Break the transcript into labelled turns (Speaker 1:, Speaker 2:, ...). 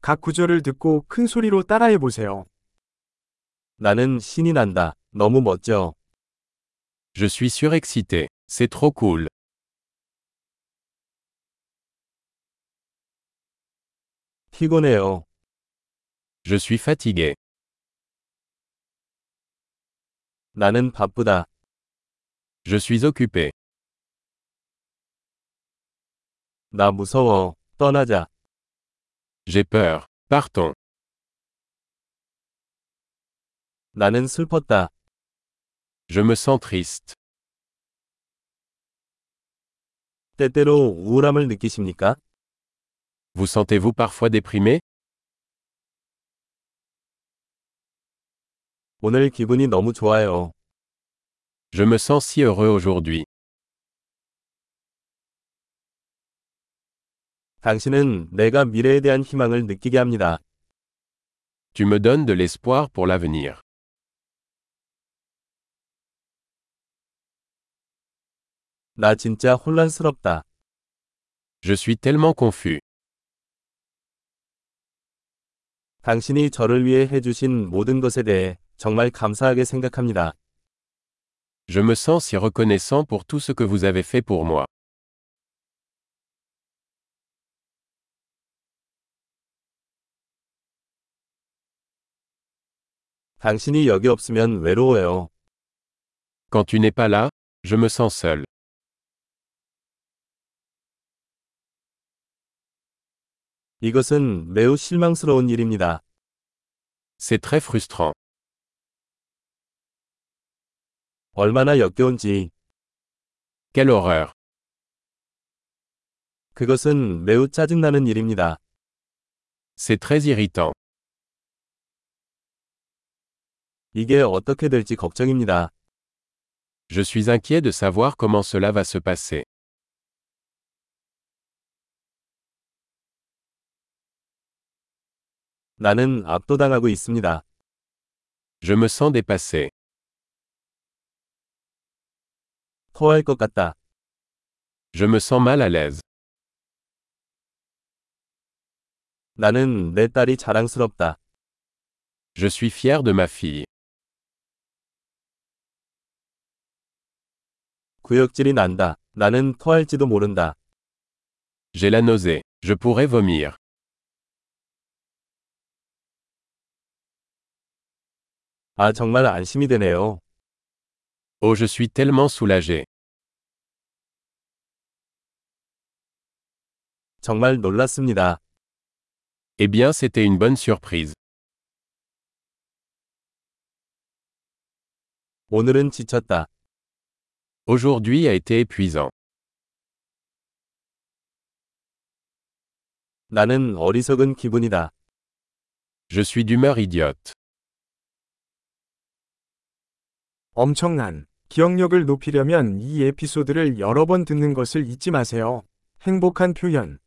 Speaker 1: 각 구절을 듣고 큰 소리로 따라해 보세요.
Speaker 2: 나는 신이 난다. 너무 멋져.
Speaker 3: Je suis surexcité. C'est trop cool.
Speaker 2: 피곤해요.
Speaker 3: Je suis fatigué.
Speaker 2: 나는 바쁘다.
Speaker 3: Je suis occupé.
Speaker 2: 나 무서워. 떠나자.
Speaker 3: J'ai peur. Partons.
Speaker 2: 나는 슬펐다.
Speaker 3: Je me sens triste.
Speaker 2: 때때로 우울함을 느끼십니까?
Speaker 3: Vous sentez-vous parfois déprimé
Speaker 2: 오늘 기분이 너무 좋아요.
Speaker 3: Je me sens si heureux aujourd'hui.
Speaker 2: 당신은 내가 미래에 대한 희망을 느끼게 합니다.
Speaker 3: Tu me donnes de l'espoir pour l'avenir.
Speaker 2: 나 진짜 혼란스럽다.
Speaker 3: Je suis tellement confus.
Speaker 2: 당신이 저를 위해 해주신 모든 것에 대해 정말 감사하게 생각합니다.
Speaker 3: Je me sens si reconnaissant pour tout ce que vous avez fait pour moi.
Speaker 2: 당신이 여기 없으면 외로워요.
Speaker 3: Quand tu n'es pas là, je me sens seul.
Speaker 2: 이것은 매우 실망스러운 일입니다.
Speaker 3: C'est très frustrant.
Speaker 2: 얼마나 역겨운지.
Speaker 3: Quelle horreur.
Speaker 2: 그것은 매우 짜증나는 일입니다.
Speaker 3: C'est très irritant.
Speaker 2: 이게 어떻게 될지 걱정입니다.
Speaker 3: Je suis inquiet de savoir comment cela va se passer.
Speaker 2: 나는 압도당하고 있습니다.
Speaker 3: Je me sens dépassé.
Speaker 2: 토할 것 같다.
Speaker 3: Je me sens mal à l'aise.
Speaker 2: 나는 내 딸이 자랑스럽다.
Speaker 3: Je suis fier de ma fille.
Speaker 2: 구역질이 난다. 나는 토할지도 모른다.
Speaker 3: J'ai la nausée. Je pourrais vomir.
Speaker 2: 아, 정말 안심이 되네요.
Speaker 3: Oh, je suis tellement soulagé.
Speaker 2: 정말 놀랐습니다.
Speaker 3: Eh bien, c'était une bonne surprise.
Speaker 2: 오늘은 지쳤다.
Speaker 3: Aujourd'hui a été épuisant.
Speaker 2: 나는 어리석은 기분이다.
Speaker 3: Je suis d'humeur idiote.
Speaker 1: 엄청난 기억력을 높이려면 이 에피소드를 여러 번 듣는 것을 잊지 마세요. 행복한 표현